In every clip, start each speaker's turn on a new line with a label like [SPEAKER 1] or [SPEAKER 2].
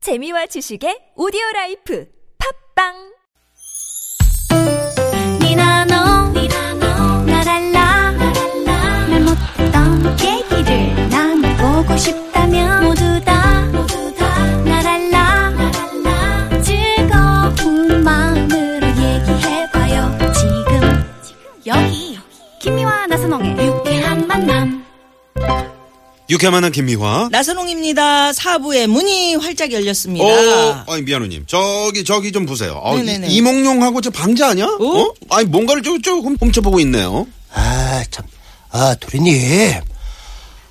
[SPEAKER 1] 재미와 지식의 오디오 라이프 팝빵
[SPEAKER 2] 니나노 나랄라 말 못했던 얘기를 나눠보고 싶다면 모두 다 나랄라 즐거운 마음으로 얘기해봐요 지금 여기 김미와 나선홍의 유쾌한 만남
[SPEAKER 3] 유쾌만한 김미화.
[SPEAKER 4] 나선홍입니다. 사부의 문이 활짝 열렸습니다.
[SPEAKER 3] 어, 아니 미아노님 저기 저기 좀 보세요. 어,
[SPEAKER 4] 네네네.
[SPEAKER 3] 이, 몽룡하고저 방자 아니야? 어? 아니 뭔가를 조, 조금 훔쳐보고 있네요.
[SPEAKER 5] 아, 참. 아, 도련님.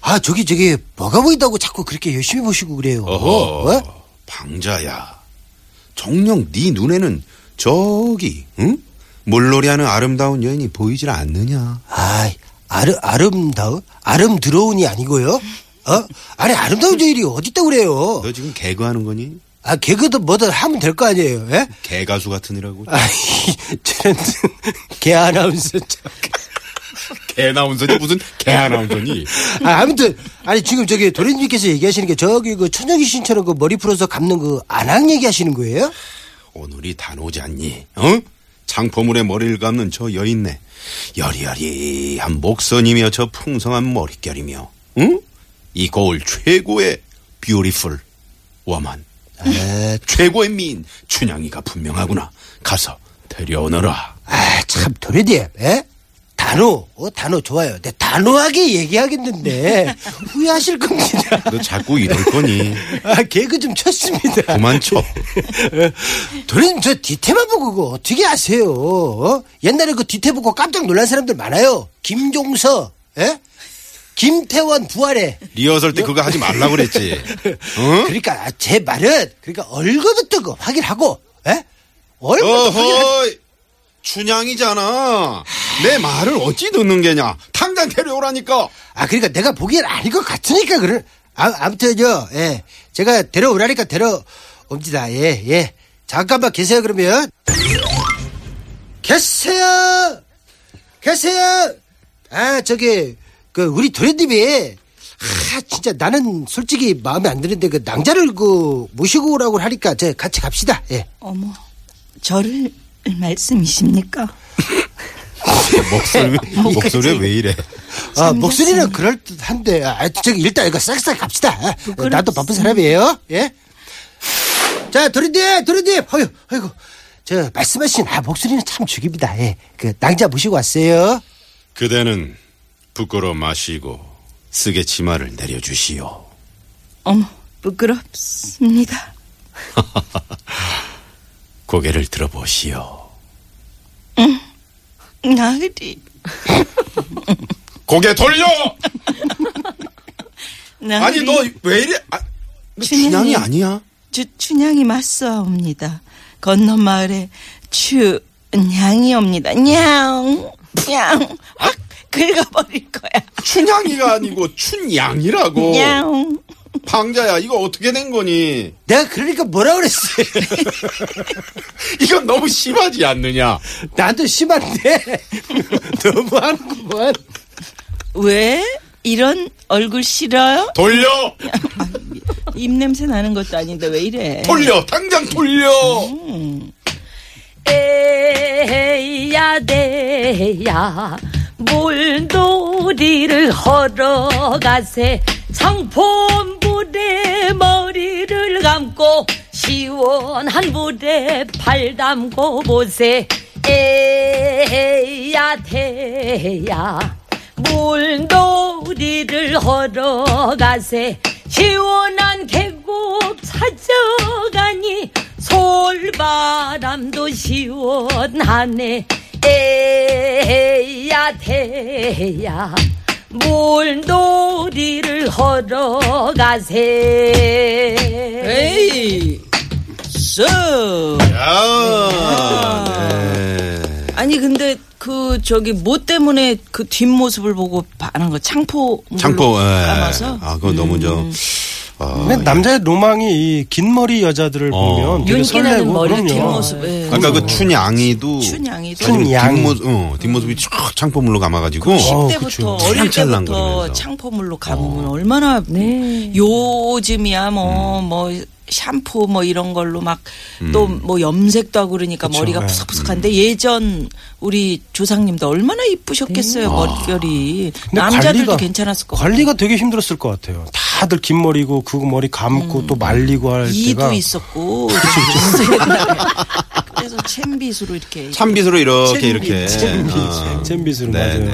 [SPEAKER 5] 아, 저기, 저기, 뭐가 보인다고 자꾸 그렇게 열심히 보시고 그래요.
[SPEAKER 3] 어허.
[SPEAKER 5] 어?
[SPEAKER 3] 방자야. 정녕 네 눈에는 저기 응? 물놀이하는 아름다운 여인이 보이질 않느냐?
[SPEAKER 5] 아, 아름, 아름다운? 아름드러운이 아니고요. 어? 아니, 아름다운 저일이 어딨다고 그래요.
[SPEAKER 3] 너 지금 개그하는 거니?
[SPEAKER 5] 아, 개그든 뭐든 하면 될 거 아니에요, 예?
[SPEAKER 3] 개가수 같으니라고.
[SPEAKER 5] 아이, 저는, 개 아나운서. 참.
[SPEAKER 3] 개 나운서니 무슨 개 아나운서니?
[SPEAKER 5] 아, 아무튼, 아니, 지금 저기 도련님께서 얘기하시는 게 저기 그 천여기 신처럼 그 머리 풀어서 감는 그 안악 얘기하시는 거예요?
[SPEAKER 3] 오늘이 단오지 않니? 어? 장포물에 머리를 감는 저 여인네. 여리여리한 목선이며 저 풍성한 머릿결이며, 응? 이 거울 최고의 뷰티풀 워먼. 네.
[SPEAKER 5] 아,
[SPEAKER 3] 최고의 미인 춘향이가 분명하구나. 가서 데려오너라.
[SPEAKER 5] 아, 참, 도련님, 예? 단호, 어, 단호 좋아요. 내 단호하게 얘기하겠는데, 후회하실 겁니다.
[SPEAKER 3] 너 자꾸 이럴 거니.
[SPEAKER 5] 아, 개그 좀 쳤습니다.
[SPEAKER 3] 그만 쳐.
[SPEAKER 5] 도련님, 저 뒤태만 보고 그거 어떻게 아세요? 어? 옛날에 그 뒤태 보고 깜짝 놀란 사람들 많아요. 김종서, 예? 김태원 부활해.
[SPEAKER 3] 리허설 때 그거 하지 말라 그랬지. 응?
[SPEAKER 5] 그러니까, 아, 제 말은, 그러니까 얼굴부터 그 확인하고, 예? 얼굴부터 확인하고.
[SPEAKER 3] 어허이! 춘향이잖아. 내 말을 어찌 듣는 게냐. 당장 데려오라니까.
[SPEAKER 5] 아, 그러니까 내가 보기엔 아닌 것 같으니까, 그래. 아, 아무튼, 저, 예. 제가 데려오라니까 데려옵니다. 예, 예. 잠깐만 계세요, 그러면. 계세요! 계세요! 아, 저기, 그, 우리 도련님이, 아, 진짜 나는 솔직히 마음에 안 드는데, 그, 낭자를 그, 모시고 오라고 하니까, 저, 같이 갑시다. 예.
[SPEAKER 6] 어머, 저를 말씀이십니까?
[SPEAKER 3] 네. 목소리 목소리 왜 이래?
[SPEAKER 5] 아, 목소리는 그럴듯 한데, 아, 저기, 일단 이거 싹싹 갑시다. 아, 나도 바쁜 사람이에요. 예? 자, 도련님, 도련님! 어휴, 어이구. 저, 말씀하신, 아, 목소리는 참 죽입니다. 예. 그, 낭자 모시고 왔어요.
[SPEAKER 3] 그대는 부끄러 마시고 쓰게 치마를 내려주시오.
[SPEAKER 6] 어머, 부끄럽습니다.
[SPEAKER 3] 고개를 들어보시오.
[SPEAKER 6] 나으리,
[SPEAKER 3] 고개 돌려!
[SPEAKER 6] 나으리.
[SPEAKER 3] 아니 너 왜 이래? 아, 너
[SPEAKER 6] 춘향이.
[SPEAKER 3] 춘향이 아니야?
[SPEAKER 6] 주, 춘향이 맞사옵니다. 건너 마을에 춘향이 옵니다. 냥,
[SPEAKER 3] 아?
[SPEAKER 6] 냥, 확 긁어버릴 거야.
[SPEAKER 3] 춘향이가 아니고 춘양이라고.
[SPEAKER 6] 냥.
[SPEAKER 3] 방자야 이거 어떻게 된 거니?
[SPEAKER 5] 내가 그러니까 뭐라 그랬어요.
[SPEAKER 3] 이건 너무 심하지 않느냐?
[SPEAKER 5] 나도 심한데. 너무하는구만.
[SPEAKER 6] 왜? 이런 얼굴 싫어요?
[SPEAKER 3] 돌려!
[SPEAKER 6] 입냄새 나는 것도 아닌데 왜 이래?
[SPEAKER 3] 돌려! 당장 돌려! 음.
[SPEAKER 7] 에야 대야 물놀이를 걸어가세 장포물에 머리를 감고 시원한 물에 발 담고 보세 에야 대야 물놀이를 걸어가세 시원한 계곡 찾아가니 솔바람도 시원하네 에야 대야 물놀이를 걸어가세
[SPEAKER 6] 에이, 쏘.
[SPEAKER 3] 야, 네.
[SPEAKER 6] 아니 근데 그 저기 뭐 때문에 그 뒷모습을 보고 반한 거 창포 물로
[SPEAKER 3] 장포, 예.
[SPEAKER 6] 감아서
[SPEAKER 3] 아, 그거 너무 저, 아,
[SPEAKER 5] 근데 남자의 로망이 이 긴 머리 여자들을 보면 되게
[SPEAKER 7] 윤기나는
[SPEAKER 5] 설레고
[SPEAKER 7] 머리
[SPEAKER 5] 그럼요.
[SPEAKER 6] 뒷모습. 예.
[SPEAKER 3] 아까 그 춘양이도
[SPEAKER 6] 춘향이도.
[SPEAKER 3] 아니면
[SPEAKER 5] 춘양.
[SPEAKER 3] 뒷모습, 어, 뒷모습이 촥 창포물로 감아가지고
[SPEAKER 5] 어우,
[SPEAKER 6] 때부터
[SPEAKER 5] 그쵸.
[SPEAKER 6] 어릴 때부터
[SPEAKER 3] 찰랑찰랑거리면서.
[SPEAKER 6] 창포물로 감으면 얼마나
[SPEAKER 5] 네.
[SPEAKER 6] 요즘이야 뭐 뭐 샴푸 뭐 이런 걸로 막 또 뭐 염색도 하고 그러니까 머리가
[SPEAKER 5] 네.
[SPEAKER 6] 푸석푸석한데 예전 우리 조상님도 얼마나 이쁘셨겠어요
[SPEAKER 5] 네.
[SPEAKER 6] 머릿결이
[SPEAKER 5] 근데
[SPEAKER 6] 남자들도
[SPEAKER 5] 관리가-
[SPEAKER 6] 괜찮았을 것 같아요.
[SPEAKER 5] 관리가 되게 힘들었을 것 같아요. 다들 긴 머리고 그 머리 감고 또 말리고 할
[SPEAKER 6] 음. 이도
[SPEAKER 5] 때가
[SPEAKER 6] 있었고 그래서 옛날에. 그래서 챔빗으로 이렇게
[SPEAKER 3] 참빗으로 이렇게 이렇게
[SPEAKER 5] 잼빗,
[SPEAKER 3] 어.
[SPEAKER 5] 잼빗으로
[SPEAKER 3] 네,
[SPEAKER 5] 맞아요.
[SPEAKER 3] 네.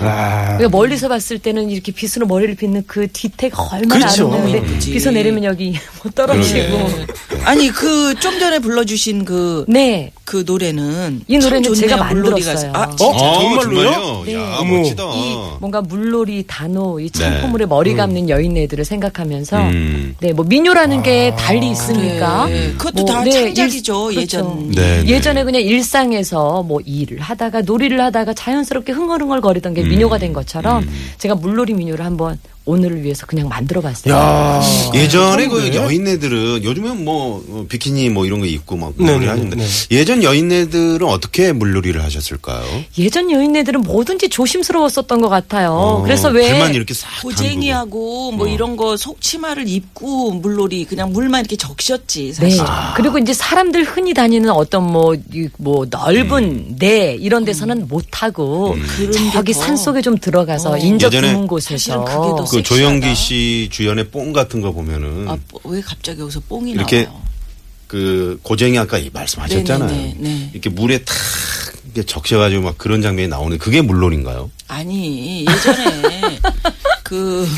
[SPEAKER 5] 아,
[SPEAKER 7] 그러니까 멀리서 봤을 때는 이렇게 빗으로 머리를 빗는 그 디테일 얼마나
[SPEAKER 5] 그렇죠.
[SPEAKER 7] 아름다운데
[SPEAKER 6] 예쁘지.
[SPEAKER 7] 빗어 내리면 여기 뭐 떨어지고
[SPEAKER 3] 음. 그러게.
[SPEAKER 6] 아니 그 좀 전에 불러주신 그
[SPEAKER 7] 네
[SPEAKER 6] 그 노래는
[SPEAKER 7] 이 노래는
[SPEAKER 6] 참 좋네요,
[SPEAKER 7] 제가
[SPEAKER 6] 물놀이
[SPEAKER 7] 만들었어요.
[SPEAKER 6] 가서. 아,
[SPEAKER 5] 어?
[SPEAKER 3] 어,
[SPEAKER 5] 정말로요?
[SPEAKER 3] 정말요? 야,
[SPEAKER 5] 어머.
[SPEAKER 3] 멋지다.
[SPEAKER 7] 이 뭔가 물놀이 단호 이 창포물에 머리 감는 여인네들을 생각하면서
[SPEAKER 3] 네. 음. 아.
[SPEAKER 7] 네 뭐 민요라는 게 달리 있으니까 뭐,
[SPEAKER 6] 네, 그것도 다 창작이죠,
[SPEAKER 7] 그렇죠. 음,
[SPEAKER 6] 예전.
[SPEAKER 3] 네, 네.
[SPEAKER 7] 예전에 그냥 일상에서 뭐 일을 하다가 놀이를 하다가 자연스럽게 흥얼흥얼 거리던 게 민요가
[SPEAKER 3] 음.
[SPEAKER 7] 된 것처럼 제가 물놀이 민요를 한번 오늘을 위해서 그냥 만들어봤어요.
[SPEAKER 5] 야,
[SPEAKER 3] 예전에 그 여인네들은 요즘은 뭐 어, 비키니 뭐 이런 거 입고 막
[SPEAKER 5] 네,
[SPEAKER 3] 놀이
[SPEAKER 5] 네,
[SPEAKER 3] 하는데
[SPEAKER 5] 네.
[SPEAKER 3] 예전 여인네들은 어떻게 물놀이를 하셨을까요?
[SPEAKER 7] 예전 여인네들은 뭐든지 조심스러웠었던 것 같아요. 어, 그래서 왜
[SPEAKER 3] 어, 불만 이렇게 싹 담그고.
[SPEAKER 6] 고쟁이하고 뭐 이런 거 속치마를 입고 물놀이 그냥 물만 이렇게 적셨지
[SPEAKER 7] 네.
[SPEAKER 6] 사실.
[SPEAKER 3] 아.
[SPEAKER 7] 그리고 이제 사람들 흔히 다니는 어떤 뭐, 이, 뭐, 넓은
[SPEAKER 3] 음.
[SPEAKER 7] 내 이런 데서는 못하고 저기 산 속에 좀 들어가서 인적
[SPEAKER 3] 예전에
[SPEAKER 7] 드문
[SPEAKER 6] 사실은 그게 더
[SPEAKER 7] 곳에서.
[SPEAKER 3] 그
[SPEAKER 6] 섹시하다.
[SPEAKER 3] 조영기 씨 주연의 뽕 같은 거 보면은
[SPEAKER 6] 아, 뭐, 왜 갑자기 여기서 뽕이
[SPEAKER 3] 이렇게
[SPEAKER 6] 나와요?
[SPEAKER 3] 그 고쟁이 아까 이 말씀하셨잖아요.
[SPEAKER 6] 어. 네, 네, 네.
[SPEAKER 3] 이렇게 물에 탁 이렇게 적셔가지고 막 그런 장면이 나오는 그게 물론인가요?
[SPEAKER 6] 아니 예전에 그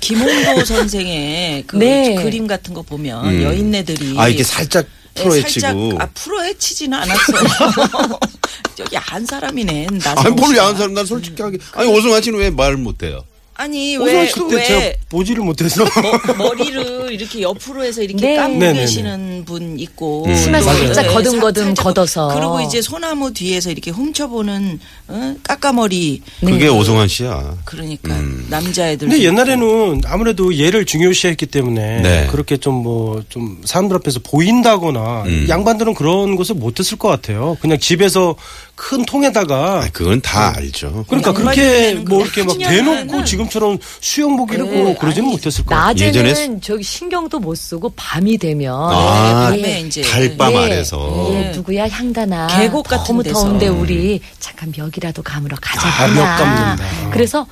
[SPEAKER 6] 김홍도 선생의 그
[SPEAKER 7] 네.
[SPEAKER 6] 그림 같은 거 보면
[SPEAKER 3] 음.
[SPEAKER 6] 여인네들이
[SPEAKER 3] 아 이렇게 살짝
[SPEAKER 6] 네,
[SPEAKER 3] 풀어헤치고.
[SPEAKER 6] 살짝 아 풀어헤치지는 않았어요. 저 야한 사람이네.
[SPEAKER 3] 아니
[SPEAKER 6] 나선홍
[SPEAKER 3] 뭘
[SPEAKER 6] 씨가. 음.
[SPEAKER 3] 야한 사람 난 솔직히 하게 아니 오승환 씨는 왜 말 못해요?
[SPEAKER 6] 아니
[SPEAKER 8] 어,
[SPEAKER 5] 오늘
[SPEAKER 6] 왜왜
[SPEAKER 5] 그때 제가 보지를 못해서
[SPEAKER 6] 머리를 이렇게 옆으로 해서 이렇게
[SPEAKER 7] 네.
[SPEAKER 6] 감고
[SPEAKER 5] 네네네.
[SPEAKER 6] 계시는 분 있고
[SPEAKER 7] 치마에서
[SPEAKER 6] 또
[SPEAKER 7] 살짝
[SPEAKER 6] 네,
[SPEAKER 7] 거듬거듬
[SPEAKER 6] 살짝
[SPEAKER 7] 걷어서.
[SPEAKER 6] 그리고 이제 소나무 뒤에서 이렇게 훔쳐보는 어? 까까머리
[SPEAKER 7] 네.
[SPEAKER 3] 그게 오승환 씨야.
[SPEAKER 6] 그러니까 남자애들
[SPEAKER 5] 근데 옛날에는 아무래도 예를 중요시했기 때문에
[SPEAKER 3] 네.
[SPEAKER 5] 그렇게 좀 뭐 좀 사람들 앞에서 보인다거나
[SPEAKER 3] 음.
[SPEAKER 5] 양반들은 그런 것을 못했을 것 같아요. 그냥 집에서 큰 통에다가
[SPEAKER 3] 아 그건
[SPEAKER 6] 음.
[SPEAKER 3] 다 알죠.
[SPEAKER 5] 그러니까
[SPEAKER 6] 양반이
[SPEAKER 5] 그렇게
[SPEAKER 6] 되는
[SPEAKER 5] 뭐
[SPEAKER 6] 그런
[SPEAKER 5] 이렇게 막
[SPEAKER 6] 하지만은 네.
[SPEAKER 5] 대놓고 지금처럼 수영복 입고 그러지는 못했을 것 같아요.
[SPEAKER 7] 낮에는
[SPEAKER 3] 예전에 수-
[SPEAKER 7] 저기 신경도 못 쓰고 밤이 되면 네,
[SPEAKER 3] 아,
[SPEAKER 6] 네, 밤에 이제
[SPEAKER 3] 달밤 아래서.
[SPEAKER 7] 예, 누구야 향단아
[SPEAKER 6] 계곡 같은
[SPEAKER 7] 너무
[SPEAKER 6] 데서. 예.
[SPEAKER 7] 더운데 우리 잠깐 멱이라도 감으러 가자
[SPEAKER 5] 아, 멱 감는다.
[SPEAKER 7] 그래서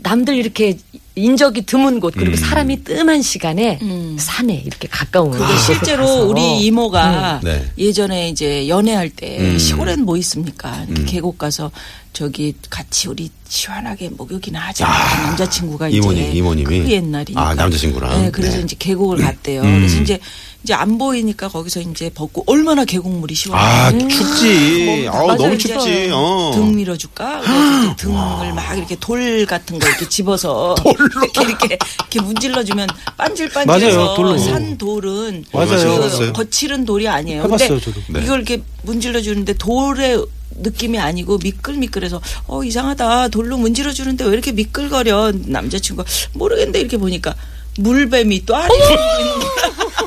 [SPEAKER 7] 남들 이렇게 인적이 드문 곳
[SPEAKER 3] 음.
[SPEAKER 7] 그리고 사람이 뜸한 시간에 산에 이렇게
[SPEAKER 6] 음.
[SPEAKER 7] 가까운
[SPEAKER 6] 그게
[SPEAKER 7] 곳에
[SPEAKER 6] 실제로
[SPEAKER 7] 가서.
[SPEAKER 6] 우리 이모가
[SPEAKER 3] 아. 음. 네.
[SPEAKER 6] 예전에 이제 연애할 때
[SPEAKER 3] 음.
[SPEAKER 6] 시골엔 뭐 있습니까? 이렇게 계곡 가서 저기 같이 우리 시원하게 목욕이나 하자. 남자친구가
[SPEAKER 3] 아. 이모님,
[SPEAKER 6] 이제
[SPEAKER 3] 이모님이?
[SPEAKER 6] 그 옛날이니까.
[SPEAKER 3] 아, 남자친구랑?
[SPEAKER 6] 네, 그래서
[SPEAKER 3] 네. 음.
[SPEAKER 6] 이제 계곡을 갔대요. 그래서 이제 이제 안 보이니까 거기서 이제 벗고 얼마나 계곡물이
[SPEAKER 3] 아
[SPEAKER 6] 시원해.
[SPEAKER 3] 춥지. 어
[SPEAKER 7] 맞아요,
[SPEAKER 3] 너무
[SPEAKER 7] 이제
[SPEAKER 3] 춥지. 어.
[SPEAKER 6] 등 밀어줄까? 그래서 이제 등을 막 이렇게 돌 같은 거 이렇게 집어서 이렇게 이렇게 이렇게 문질러주면
[SPEAKER 5] 맞아요, 돌로.
[SPEAKER 6] 반질반질해서 산 돌은
[SPEAKER 5] 맞아요.
[SPEAKER 6] 그
[SPEAKER 3] 해봤어요?
[SPEAKER 6] 거칠은 돌이 아니에요.
[SPEAKER 5] 해봤어요,
[SPEAKER 6] 근데
[SPEAKER 5] 저도.
[SPEAKER 3] 네.
[SPEAKER 6] 이걸 이렇게 문질러주는데 돌의 느낌이 아니고 미끌미끌해서 어 이상하다 돌로 문질러주는데 왜 이렇게 미끌거려 남자친구가 모르겠는데 이렇게 보니까 물뱀이 또 아래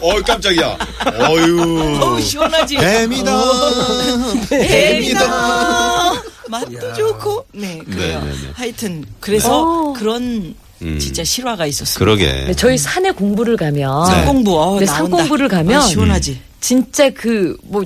[SPEAKER 3] 어이 깜짝이야. 어유.
[SPEAKER 6] 어우 시원하지
[SPEAKER 3] 뱀이다. 뱀이다.
[SPEAKER 6] 뱀이다. 맛도 좋고. 네, 그래요.
[SPEAKER 3] 네, 네, 네.
[SPEAKER 6] 하여튼 그래서
[SPEAKER 7] 어.
[SPEAKER 6] 그런 진짜 실화가 있었어요.
[SPEAKER 3] 그러게.
[SPEAKER 7] 네, 저희 산에 공부를 가면
[SPEAKER 6] 산공부. 어,
[SPEAKER 7] 네,
[SPEAKER 6] 나온다.
[SPEAKER 7] 산공부를 가면
[SPEAKER 6] 어, 시원하지.
[SPEAKER 7] 진짜 그 뭐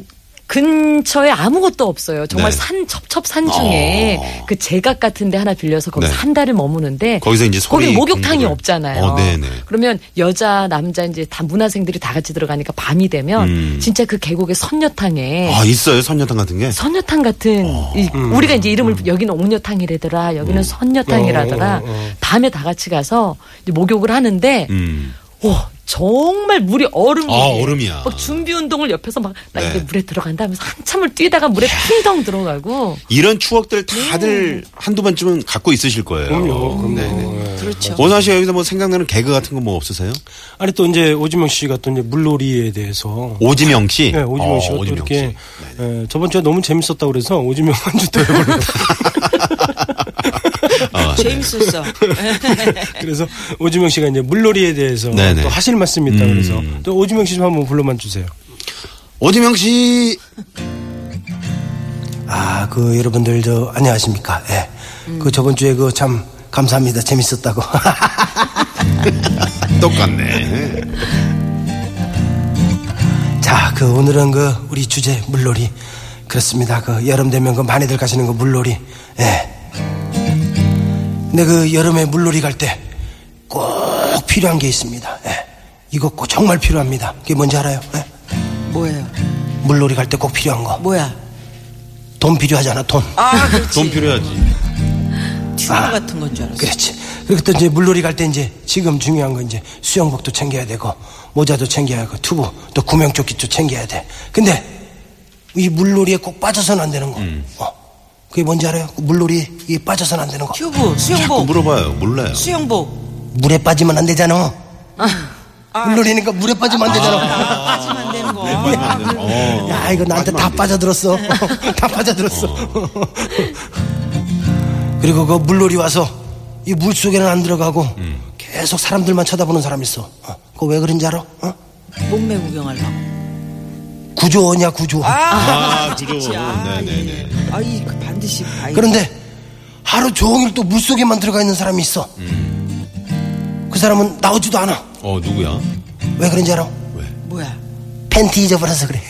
[SPEAKER 7] 근처에 아무것도 없어요. 정말
[SPEAKER 3] 네.
[SPEAKER 7] 산 첩첩산 중에
[SPEAKER 3] 어.
[SPEAKER 7] 그 제각 같은 데 하나 빌려서 거기서
[SPEAKER 3] 네.
[SPEAKER 7] 한 달을 머무는데
[SPEAKER 3] 거기서 이제
[SPEAKER 7] 거기
[SPEAKER 3] 소리
[SPEAKER 7] 목욕탕이
[SPEAKER 3] 공부를-
[SPEAKER 7] 없잖아요.
[SPEAKER 3] 어, 네네.
[SPEAKER 7] 그러면 여자 남자 이제 다 문화생들이 다 같이 들어가니까 밤이 되면
[SPEAKER 3] 음.
[SPEAKER 7] 진짜 그 계곡의 선녀탕에
[SPEAKER 3] 아 어. 있어요 선녀탕 같은 게.
[SPEAKER 7] 네. 선녀탕 같은 이- 우리가 이제 이름을
[SPEAKER 3] 음.
[SPEAKER 7] 여기는 옥녀탕이라더라 여기는 선녀탕이라더라
[SPEAKER 5] 어, 어, 어.
[SPEAKER 7] 밤에 다 같이 가서 이제 목욕을 하는데
[SPEAKER 3] 음.
[SPEAKER 7] 와 정말 물이 얼음이
[SPEAKER 3] 아, 얼음이야.
[SPEAKER 7] 막 준비 운동을 옆에서 막 나
[SPEAKER 3] 네.
[SPEAKER 7] 이제 물에 들어간다 하면서 한참을 뛰다가 물에 핑덩 들어가고
[SPEAKER 3] 이런 추억들 다들 한두 번쯤은 갖고 있으실 거예요.
[SPEAKER 5] 그럼요, 네. 그럼요.
[SPEAKER 6] 그렇죠.
[SPEAKER 3] 오선 씨 여기서 뭐 생각나는 개그 같은 거 뭐 없으세요?
[SPEAKER 5] 아니 또 이제 오지명 씨가 또 이제 물놀이에 대해서
[SPEAKER 3] 오지명 씨.
[SPEAKER 5] 네, 오지명
[SPEAKER 3] 어,
[SPEAKER 5] 씨가 또
[SPEAKER 3] 오지명
[SPEAKER 5] 이렇게 예,
[SPEAKER 3] 씨. 네,
[SPEAKER 5] 에, 저번 주에 너무 재밌었다 그래서 오지명 한 주 더 해보려고
[SPEAKER 3] 아, 네.
[SPEAKER 6] 재밌었어.
[SPEAKER 5] 그래서 오지명 씨가 이제 물놀이에 대해서
[SPEAKER 3] 네네.
[SPEAKER 5] 또 하실 말씀이 있다 그래서
[SPEAKER 3] 음.
[SPEAKER 5] 또 오지명 씨 좀 한번 불러만 주세요.
[SPEAKER 3] 오지명 씨
[SPEAKER 8] 아, 그 여러분들 저 안녕하십니까? 예.
[SPEAKER 5] 음.
[SPEAKER 8] 그 저번 주에 그 참 감사합니다. 재밌었다고.
[SPEAKER 3] 똑같네.
[SPEAKER 8] 자, 그 오늘은 그 우리 주제 물놀이. 그렇습니다. 그 여름 되면 그 많이들 가시는 그 물놀이. 예. 근데 그 여름에 물놀이 갈 때 꼭 필요한 게 있습니다. 예. 이거 꼭 정말 필요합니다. 그게 뭔지 알아요? 예?
[SPEAKER 6] 뭐예요?
[SPEAKER 8] 물놀이 갈 때 꼭 필요한 거.
[SPEAKER 6] 뭐야?
[SPEAKER 8] 돈 필요하잖아, 돈.
[SPEAKER 6] 아, 그렇지.
[SPEAKER 3] 돈 필요하지. 아.
[SPEAKER 6] 튜브 같은 건 줄 알았어.
[SPEAKER 8] 그렇지. 그리고 또 이제 물놀이 갈 때 이제 지금 중요한 건 이제 수영복도 챙겨야 되고 모자도 챙겨야 하고 투구 또 구명조끼도 챙겨야 돼. 근데 이 물놀이에 꼭 빠져서는 안 되는 거. 어. 그게 뭔지 알아요? 그 물놀이 이 빠져서는 안 되는 거.
[SPEAKER 6] 튜브,
[SPEAKER 3] 자꾸
[SPEAKER 6] 수영복,
[SPEAKER 3] 그 물어봐요. 몰라요.
[SPEAKER 6] 수영복.
[SPEAKER 8] 물에 빠지면 안 되잖아. 물놀이니까 물에 빠지면 안 되잖아.
[SPEAKER 6] 빠지면 안 되는
[SPEAKER 3] 네,
[SPEAKER 6] 거.
[SPEAKER 3] 어.
[SPEAKER 8] 야 이거 나한테 다 빠져들었어. 다 빠져들었어. 그리고 그 물놀이 와서 이 물 속에는 안 들어가고
[SPEAKER 3] 음.
[SPEAKER 8] 계속 사람들만 쳐다보는 사람 있어. 어. 그거 왜 그런지 알아? 어?
[SPEAKER 6] 몸매 구경하려고.
[SPEAKER 8] 구조원이야 구조원
[SPEAKER 3] 아, 그죠.
[SPEAKER 6] 그렇죠.
[SPEAKER 3] 네네네.
[SPEAKER 6] 아, 이 반드시 봐야
[SPEAKER 8] 그런데 하루 종일 또 물속에만 들어가 있는 사람이 있어
[SPEAKER 3] 음.
[SPEAKER 8] 그 사람은 나오지도 않아
[SPEAKER 3] 어, 누구야?
[SPEAKER 8] 왜 그런지 알아?
[SPEAKER 3] 왜?
[SPEAKER 6] 뭐야?
[SPEAKER 8] 팬티 잊어버려서 그래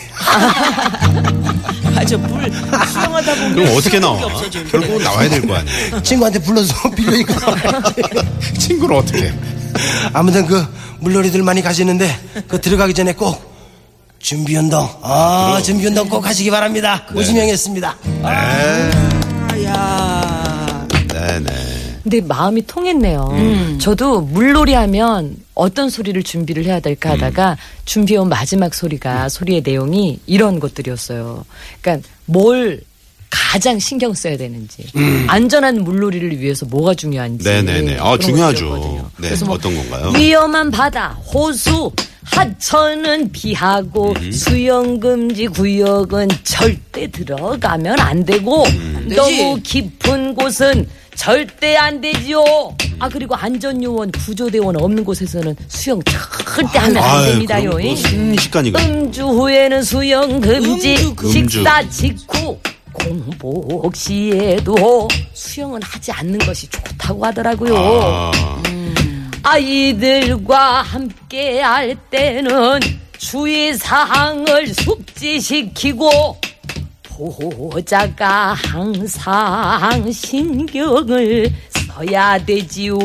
[SPEAKER 6] 아, 저물 수영하다 보면
[SPEAKER 3] 그럼 어떻게
[SPEAKER 6] 수영복이
[SPEAKER 3] 나와?
[SPEAKER 6] 없어지는데.
[SPEAKER 3] 결국은 나와야 될 거 아니에요.
[SPEAKER 8] 친구한테 불러서 빌려입고
[SPEAKER 3] 친구를 어떻게?
[SPEAKER 8] 아무튼 그 물놀이들 많이 가시는데 그 들어가기 전에 꼭 준비운동 아 준비운동 꼭 하시기 바랍니다
[SPEAKER 5] 네.
[SPEAKER 8] 오지명이었습니다
[SPEAKER 6] 아, 야.
[SPEAKER 3] 네네.
[SPEAKER 7] 근데 마음이 통했네요. 저도 물놀이 하면 어떤 소리를 준비를 해야 될까 하다가
[SPEAKER 3] 음.
[SPEAKER 7] 준비해온 마지막 소리가 소리의 내용이 이런 것들이었어요. 그러니까 뭘 가장 신경 써야 되는지 안전한 물놀이를 위해서 뭐가 중요한지
[SPEAKER 3] 음. 네네네. 아,
[SPEAKER 7] 그런
[SPEAKER 3] 중요하죠.
[SPEAKER 7] 것들이었거든요.
[SPEAKER 3] 네,
[SPEAKER 7] 그래서 뭐
[SPEAKER 3] 어떤 건가요?
[SPEAKER 7] 위험한 바다 호수 하천은 피하고
[SPEAKER 3] 음.
[SPEAKER 7] 수영금지 구역은 절대 들어가면 안 되고
[SPEAKER 3] 음.
[SPEAKER 7] 너무
[SPEAKER 6] 되지.
[SPEAKER 7] 깊은 곳은 절대 안 되지요. 아 그리고 안전요원 구조대원 없는 곳에서는 수영 절대 하면 안
[SPEAKER 3] 아유,
[SPEAKER 7] 됩니다요.
[SPEAKER 3] 그럼 또 순식간이가.
[SPEAKER 7] 음주 후에는 수영 금지,
[SPEAKER 6] 음주
[SPEAKER 3] 금지.
[SPEAKER 7] 식사 직후. 공복 시에도 수영은 하지 않는 것이 좋다고 하더라고요.
[SPEAKER 3] 아,
[SPEAKER 7] 음. 아이들과 함께 할 때는 주의사항을 숙지시키고 보호자가 항상 신경을 써야 되지요.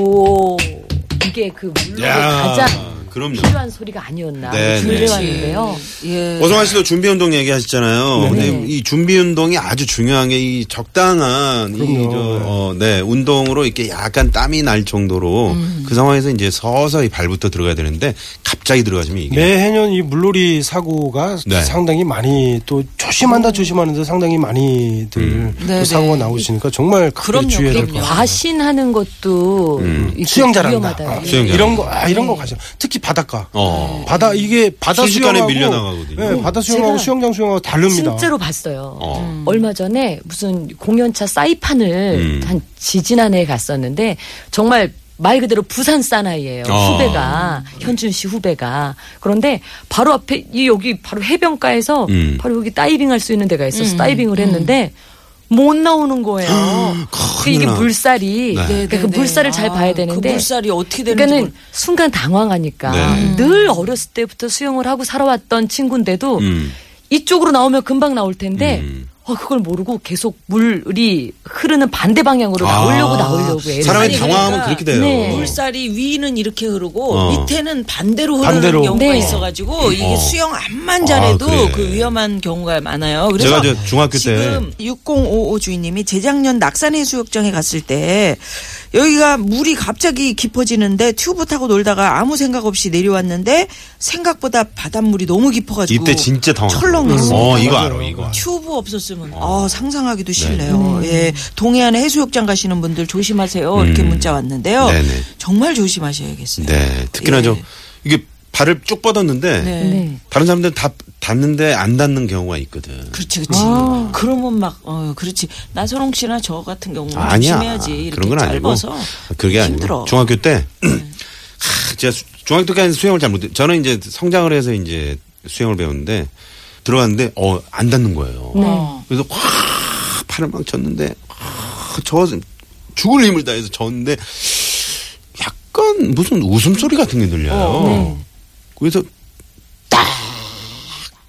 [SPEAKER 7] 이게 그 물론
[SPEAKER 3] 야,
[SPEAKER 7] 가장
[SPEAKER 3] 그럼요.
[SPEAKER 7] 필요한 소리가 아니었나
[SPEAKER 3] 네,
[SPEAKER 7] 준비해왔는데요.
[SPEAKER 6] 예.
[SPEAKER 3] 오성환 씨도 준비 운동
[SPEAKER 7] 네.
[SPEAKER 3] 얘기하셨잖아요. 근데 이 준비 운동이 아주 중요한 게 이 적당한 이 저, 어, 네, 운동으로 이렇게 약간 땀이 날 정도로
[SPEAKER 7] 음.
[SPEAKER 3] 그 상황에서 이제 서서히 발부터 들어가야 되는데 갑자기 들어가시면
[SPEAKER 7] 네.
[SPEAKER 3] 이게
[SPEAKER 5] 매해년 이 물놀이 사고가
[SPEAKER 3] 네.
[SPEAKER 5] 상당히 많이 또 조심한다 조심하는데 상당히 많이들
[SPEAKER 3] 음.
[SPEAKER 5] 또
[SPEAKER 6] 네,
[SPEAKER 5] 사고가
[SPEAKER 6] 네.
[SPEAKER 5] 나오시니까 정말
[SPEAKER 6] 그럼요,
[SPEAKER 5] 그런 주의해야 될 것
[SPEAKER 6] 그럼요.
[SPEAKER 5] 같아요.
[SPEAKER 7] 과신하는 것도 이렇게
[SPEAKER 5] 수영 잘한다.
[SPEAKER 7] 위험하다.
[SPEAKER 5] 아,
[SPEAKER 7] 예.
[SPEAKER 3] 음. 수영
[SPEAKER 5] 이런 거, 아, 이런 거 가죠. 특히 바닷가.
[SPEAKER 3] 어.
[SPEAKER 5] 바다, 이게 바다
[SPEAKER 3] 순식간에
[SPEAKER 5] 수영하고.
[SPEAKER 3] 밀려나가거든요.
[SPEAKER 5] 네, 바다 수영하고
[SPEAKER 7] 제가
[SPEAKER 5] 수영장 수영하고 다릅니다.
[SPEAKER 7] 진짜로 봤어요.
[SPEAKER 3] 어.
[SPEAKER 7] 음. 얼마 전에 무슨 공연차 사이판을
[SPEAKER 3] 음.
[SPEAKER 7] 한 지지난해에 갔었는데 정말 말 그대로 부산 사나이예요.
[SPEAKER 3] 아.
[SPEAKER 7] 후배가 현준 씨 후배가 그런데 바로 앞에 이 여기 바로 해변가에서
[SPEAKER 3] 음.
[SPEAKER 7] 바로 여기 다이빙 할 수 있는 데가
[SPEAKER 6] 음.
[SPEAKER 7] 있어서 다이빙을 했는데 못 나오는 거예요. 그 이게
[SPEAKER 3] 나.
[SPEAKER 7] 물살이
[SPEAKER 3] 네.
[SPEAKER 7] 그러니까 그 물살을 잘
[SPEAKER 6] 아,
[SPEAKER 7] 봐야 되는데
[SPEAKER 6] 그 물살이 어떻게 되는지
[SPEAKER 7] 그러니까는
[SPEAKER 6] 몰라.
[SPEAKER 7] 순간 당황하니까
[SPEAKER 3] 네.
[SPEAKER 7] 늘 어렸을 때부터 수영을 하고 살아왔던 친구인데도
[SPEAKER 3] 음.
[SPEAKER 7] 이쪽으로 나오면 금방 나올 텐데
[SPEAKER 3] 음.
[SPEAKER 7] 어, 그걸 모르고 계속 물이 흐르는 반대 방향으로 나오려고 나오려고 애를
[SPEAKER 3] 아, 사람의
[SPEAKER 6] 아니,
[SPEAKER 7] 쓰니까.
[SPEAKER 3] 당황하면
[SPEAKER 6] 그러니까
[SPEAKER 3] 그렇게 돼요.
[SPEAKER 7] 네.
[SPEAKER 6] 물살이 위는 이렇게 흐르고
[SPEAKER 3] 어.
[SPEAKER 6] 밑에는 반대로 흐르는
[SPEAKER 5] 반대로.
[SPEAKER 6] 경우가
[SPEAKER 7] 네.
[SPEAKER 6] 있어가지고 이게
[SPEAKER 3] 어.
[SPEAKER 6] 수영 안만
[SPEAKER 3] 아,
[SPEAKER 6] 잘해도
[SPEAKER 3] 그래.
[SPEAKER 6] 그 위험한 경우가 많아요.
[SPEAKER 3] 제가
[SPEAKER 6] 그래서
[SPEAKER 3] 저 중학교 때
[SPEAKER 6] 지금 6055 주인님이 재작년 낙산해수욕장에 갔을 때 여기가 물이 갑자기 깊어지는데 튜브 타고 놀다가 아무 생각 없이 내려왔는데 생각보다 바닷물이 너무 깊어가지고
[SPEAKER 3] 이때 진짜 당황.
[SPEAKER 6] 철렁했어요.
[SPEAKER 3] 어, 이거 알아, 이거 알아.
[SPEAKER 6] 튜브 없었으면 아 상상하기도 싫네요. 예, 동해안 해수욕장 가시는 분들 조심하세요. 이렇게 문자 왔는데요.
[SPEAKER 3] 음. 네네.
[SPEAKER 6] 정말 조심하셔야겠어요.
[SPEAKER 3] 네, 특히나
[SPEAKER 6] 예.
[SPEAKER 3] 저 이게 발을 쭉 뻗었는데
[SPEAKER 4] 네.
[SPEAKER 7] 네.
[SPEAKER 3] 다른 사람들은 다 닿는데 안 닿는 경우가 있거든.
[SPEAKER 4] 그렇지, 그렇지.
[SPEAKER 6] 아.
[SPEAKER 4] 그러면 막, 어, 그렇지. 나선홍 씨나 저 같은 경우는
[SPEAKER 3] 아니야.
[SPEAKER 4] 조심해야지. 이렇게
[SPEAKER 3] 그런 건 아니고.
[SPEAKER 4] 짧아서.
[SPEAKER 3] 그게
[SPEAKER 4] 힘들어. 음.
[SPEAKER 3] 아니고. 중학교 때. 하, 제가 수- 중학교 때까지 수영을 잘 못해. 저는 이제 성장을 해서 이제 수영을 배웠는데 들어갔는데 어, 안 닿는 거예요.
[SPEAKER 4] 네.
[SPEAKER 3] 그래서 확 팔을 막 쳤는데 확 저, 죽을 힘을 다해서 졌는데 약간 무슨 웃음소리 같은 게 들려요.
[SPEAKER 4] 어, 네.
[SPEAKER 3] 그래서 딱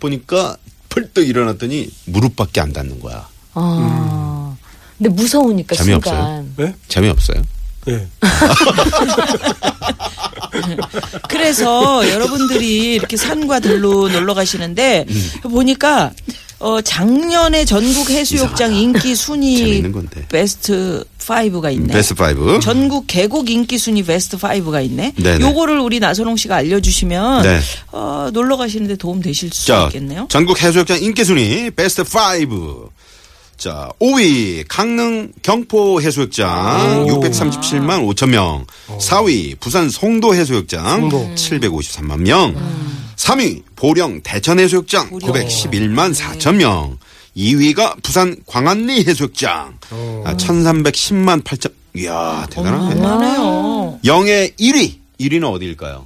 [SPEAKER 3] 보니까 펄떡 일어났더니 무릎밖에 안 닿는 거야.
[SPEAKER 7] 아. 근데
[SPEAKER 3] 음.
[SPEAKER 7] 무서우니까
[SPEAKER 3] 재미없어요?
[SPEAKER 7] 순간.
[SPEAKER 5] 예?
[SPEAKER 3] 재미없어요?
[SPEAKER 5] 예.
[SPEAKER 6] 그래서 여러분들이 이렇게 산과 들로 놀러 가시는데
[SPEAKER 3] 음.
[SPEAKER 6] 보니까 어 작년에 전국 해수욕장 인기 순위
[SPEAKER 3] 재밌는 건데.
[SPEAKER 6] 베스트 5가 있네.
[SPEAKER 3] 베스트 5.
[SPEAKER 6] 전국 계곡 인기 순위 베스트 5가 있네.
[SPEAKER 3] 네네.
[SPEAKER 6] 요거를 우리 나선홍 씨가 알려주시면
[SPEAKER 3] 네.
[SPEAKER 6] 어, 놀러 가시는데 도움 되실 수
[SPEAKER 3] 자,
[SPEAKER 6] 있겠네요.
[SPEAKER 3] 전국 해수욕장 인기 순위 베스트 5. 자, 5위 강릉 경포 해수욕장 637만 5천 명. 4위 부산 송도 해수욕장 753만 명.
[SPEAKER 6] 음.
[SPEAKER 3] 3위 보령 대천 해수욕장
[SPEAKER 6] 네.
[SPEAKER 3] 911만 4천 명. 2위가 부산 광안리 해수욕장 아, 1,310만 8천. 이야 대단하네.
[SPEAKER 6] 그러네요.
[SPEAKER 3] 영의 1위. 1위는 어디일까요?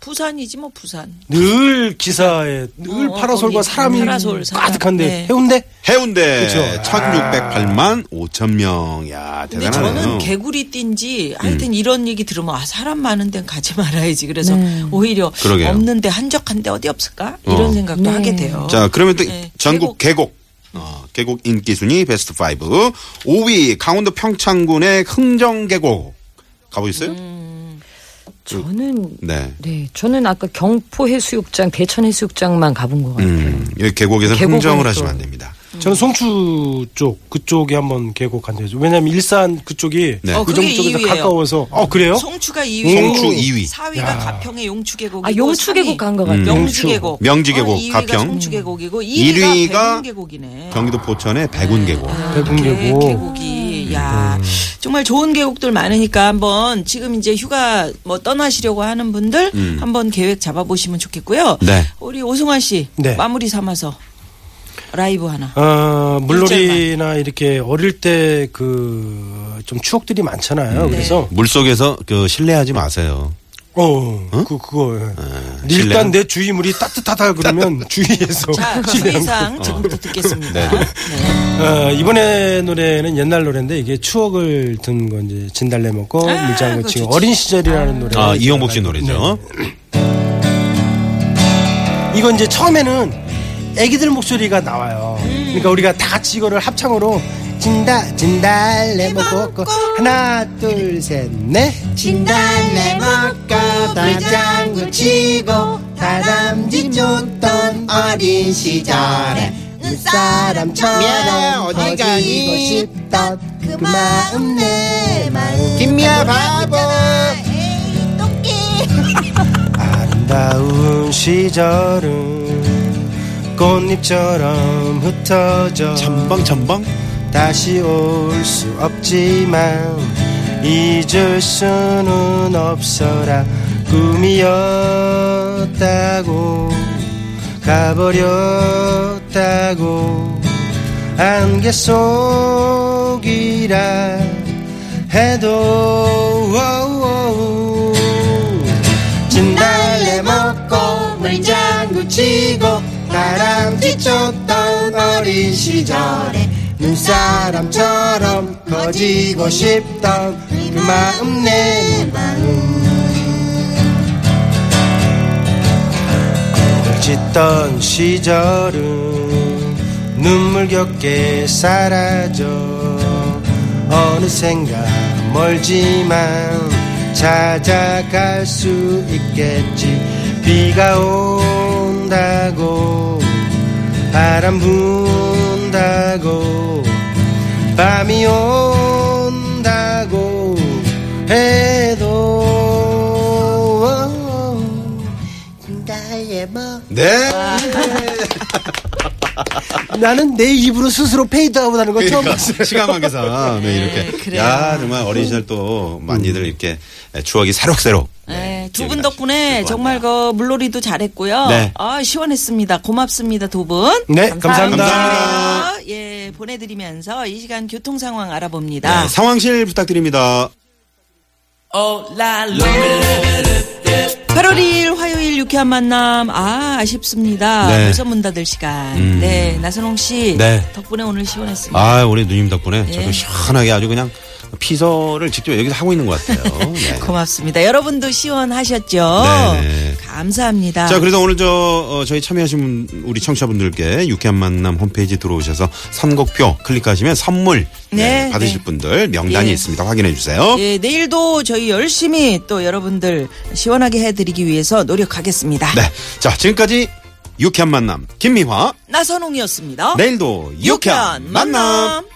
[SPEAKER 6] 부산이지 뭐 부산.
[SPEAKER 5] 늘 기사에 늘
[SPEAKER 6] 어,
[SPEAKER 5] 파라솔과
[SPEAKER 6] 거기
[SPEAKER 5] 사람이
[SPEAKER 6] 파라솔, 사람.
[SPEAKER 5] 가득한데
[SPEAKER 6] 네.
[SPEAKER 5] 해운대
[SPEAKER 3] 해운대
[SPEAKER 5] 그쵸.
[SPEAKER 3] 1608만 5천 명. 야,
[SPEAKER 6] 아. 근데
[SPEAKER 3] 대단하네요. 음.
[SPEAKER 6] 저는 개구리 뛴지 하여튼 이런 얘기 들으면 아 사람 많은 데는 가지 말아야지 그래서
[SPEAKER 7] 네.
[SPEAKER 6] 오히려
[SPEAKER 3] 그러게요.
[SPEAKER 6] 없는데 한적한데 어디 없을까
[SPEAKER 3] 어.
[SPEAKER 6] 이런 생각도
[SPEAKER 7] 네.
[SPEAKER 6] 하게 돼요.
[SPEAKER 3] 자, 그러면 또
[SPEAKER 6] 네,
[SPEAKER 3] 전국 계곡. 어, 계곡 인기 순위 베스트 5. 5위 강원도 평창군의 흥정 계곡. 가보셨어요?
[SPEAKER 6] 음.
[SPEAKER 7] 저는
[SPEAKER 3] 네.
[SPEAKER 7] 네, 저는 아까 경포 해수욕장, 대천 해수욕장만 가본 것 같아요.
[SPEAKER 3] 음, 여기 계곡에서
[SPEAKER 7] 계곡은
[SPEAKER 3] 흥정을
[SPEAKER 7] 또-
[SPEAKER 3] 하시면 안 됩니다.
[SPEAKER 5] 저는 송추 쪽 그쪽에 한번 계곡 간 적이 왜냐면 일산 그쪽이
[SPEAKER 3] 네.
[SPEAKER 6] 어,
[SPEAKER 5] 그
[SPEAKER 6] 그게
[SPEAKER 5] 쪽에서
[SPEAKER 6] 2위예요.
[SPEAKER 5] 가까워서 어 그래요?
[SPEAKER 6] 송추가 2위,
[SPEAKER 3] 송추 2위.
[SPEAKER 6] 4위가 가평의 용추계곡이고
[SPEAKER 7] 아, 용추계곡 간 것 같아요.
[SPEAKER 6] 명주계곡, 어,
[SPEAKER 3] 명지계곡, 가평.
[SPEAKER 6] 송추계곡이고
[SPEAKER 3] 일
[SPEAKER 6] 1위가
[SPEAKER 3] 위가
[SPEAKER 6] 백운계곡이네.
[SPEAKER 3] 경기도 포천의 백운 계곡.
[SPEAKER 5] 백운계곡.
[SPEAKER 6] 계곡이 야 정말 좋은 계곡들 많으니까 한번 지금 이제 휴가 뭐 떠나시려고 하는 분들 한번 계획 잡아보시면 좋겠고요.
[SPEAKER 3] 네.
[SPEAKER 6] 우리 오승환 씨
[SPEAKER 5] 네.
[SPEAKER 6] 마무리 삼아서 라이브 하나.
[SPEAKER 5] 아, 물놀이나 이렇게 어릴 때 그 좀 추억들이 많잖아요.
[SPEAKER 6] 네.
[SPEAKER 5] 그래서
[SPEAKER 3] 물 속에서 그 실례하지 마세요.
[SPEAKER 5] 어, 그 그거 예.
[SPEAKER 3] 아, 실례요?
[SPEAKER 5] 일단 내 주위물이 따뜻하다 그러면 주위에서
[SPEAKER 6] 자,
[SPEAKER 5] 실례하고.
[SPEAKER 6] 시상 지금부터 듣겠습니다. 네.
[SPEAKER 5] 아, 이번에 노래는 옛날 노래인데 이게 추억을 든 건 이제 진달래 먹고
[SPEAKER 6] 아,
[SPEAKER 5] 물장구
[SPEAKER 6] 그거
[SPEAKER 5] 치고
[SPEAKER 6] 좋지.
[SPEAKER 5] 어린 시절이라는 네. 노래.
[SPEAKER 3] 아,
[SPEAKER 6] 네.
[SPEAKER 3] 이영복 씨 노래죠.
[SPEAKER 5] 이건 이제 처음에는 애기들 목소리가 나와요. 그러니까 우리가 다 같이 이거를 합창으로 진다 진달래 먹고 하나 둘 셋 넷 진달래 먹고 발장구 치고 다람쥐 쫓던 어린 시절에 눈사람처럼 어디 가고 싶던 그 마음 내 마음 김미야 바보 아름다운 시절은 꽃잎처럼 흩어져
[SPEAKER 3] 전방 전방.
[SPEAKER 5] 다시 올 수 없지만 잊을 수는 없어라 꿈이었다고 가버렸다고 안개 속이라 해도 오오오 진달래 먹고 물장구 치고 바람쥐 쫓던 어린 시절에 눈사람처럼 커지고 싶던 그 마음 내 꿈을 짓던 시절은 눈물겹게 사라져 어느샌가 멀지만 찾아갈 수 있겠지 비가 온다고 바람 분다고 밤이 온다고 해도 나의 맘
[SPEAKER 3] 네.
[SPEAKER 6] 아.
[SPEAKER 8] 나는 내 입으로 스스로 페이드아웃 하는 거 처음
[SPEAKER 3] 그러니까 시간 관계상 네, 이렇게
[SPEAKER 6] 그래요.
[SPEAKER 3] 야 정말 어린 시절 또 많이들 이렇게 추억이 새록새록
[SPEAKER 6] 네, 두 분
[SPEAKER 3] 즐거웠네요.
[SPEAKER 6] 덕분에 정말 그 물놀이도 잘했고요.
[SPEAKER 3] 네.
[SPEAKER 6] 아, 시원했습니다. 고맙습니다, 두 분.
[SPEAKER 5] 네, 감사합니다.
[SPEAKER 6] 감사합니다. 예, 보내드리면서 이 시간 교통 상황 알아봅니다.
[SPEAKER 3] 네, 상황실 부탁드립니다.
[SPEAKER 6] 8월 2일 화요일 유쾌한 만남 아 아쉽습니다.
[SPEAKER 3] 네. 음.
[SPEAKER 6] 벌써 문 닫을 시간. 네 나선홍 씨
[SPEAKER 3] 네.
[SPEAKER 6] 덕분에 오늘 시원했습니다.
[SPEAKER 3] 아, 우리 누님 덕분에 저도
[SPEAKER 6] 예.
[SPEAKER 3] 시원하게 아주 그냥 피서를 직접 여기서 하고 있는 것 같아요. 네.
[SPEAKER 6] 고맙습니다. 여러분도 시원하셨죠?
[SPEAKER 3] 네네.
[SPEAKER 6] 감사합니다.
[SPEAKER 3] 자, 그래서 오늘 저 어, 저희 참여하신 분- 우리 청취자분들께 유쾌한 만남 홈페이지 들어오셔서 선곡표 클릭하시면 선물 네,
[SPEAKER 6] 네,
[SPEAKER 3] 받으실
[SPEAKER 6] 네.
[SPEAKER 3] 분들 명단이
[SPEAKER 6] 예.
[SPEAKER 3] 있습니다. 확인해 주세요.
[SPEAKER 6] 예, 내일도 저희 열심히 또 여러분들 시원하게 해드리기 위해서 노력하겠습니다.
[SPEAKER 3] 네. 자, 지금까지 유쾌한 만남 김미화.
[SPEAKER 6] 나선홍이었습니다.
[SPEAKER 3] 내일도 유쾌한 만남.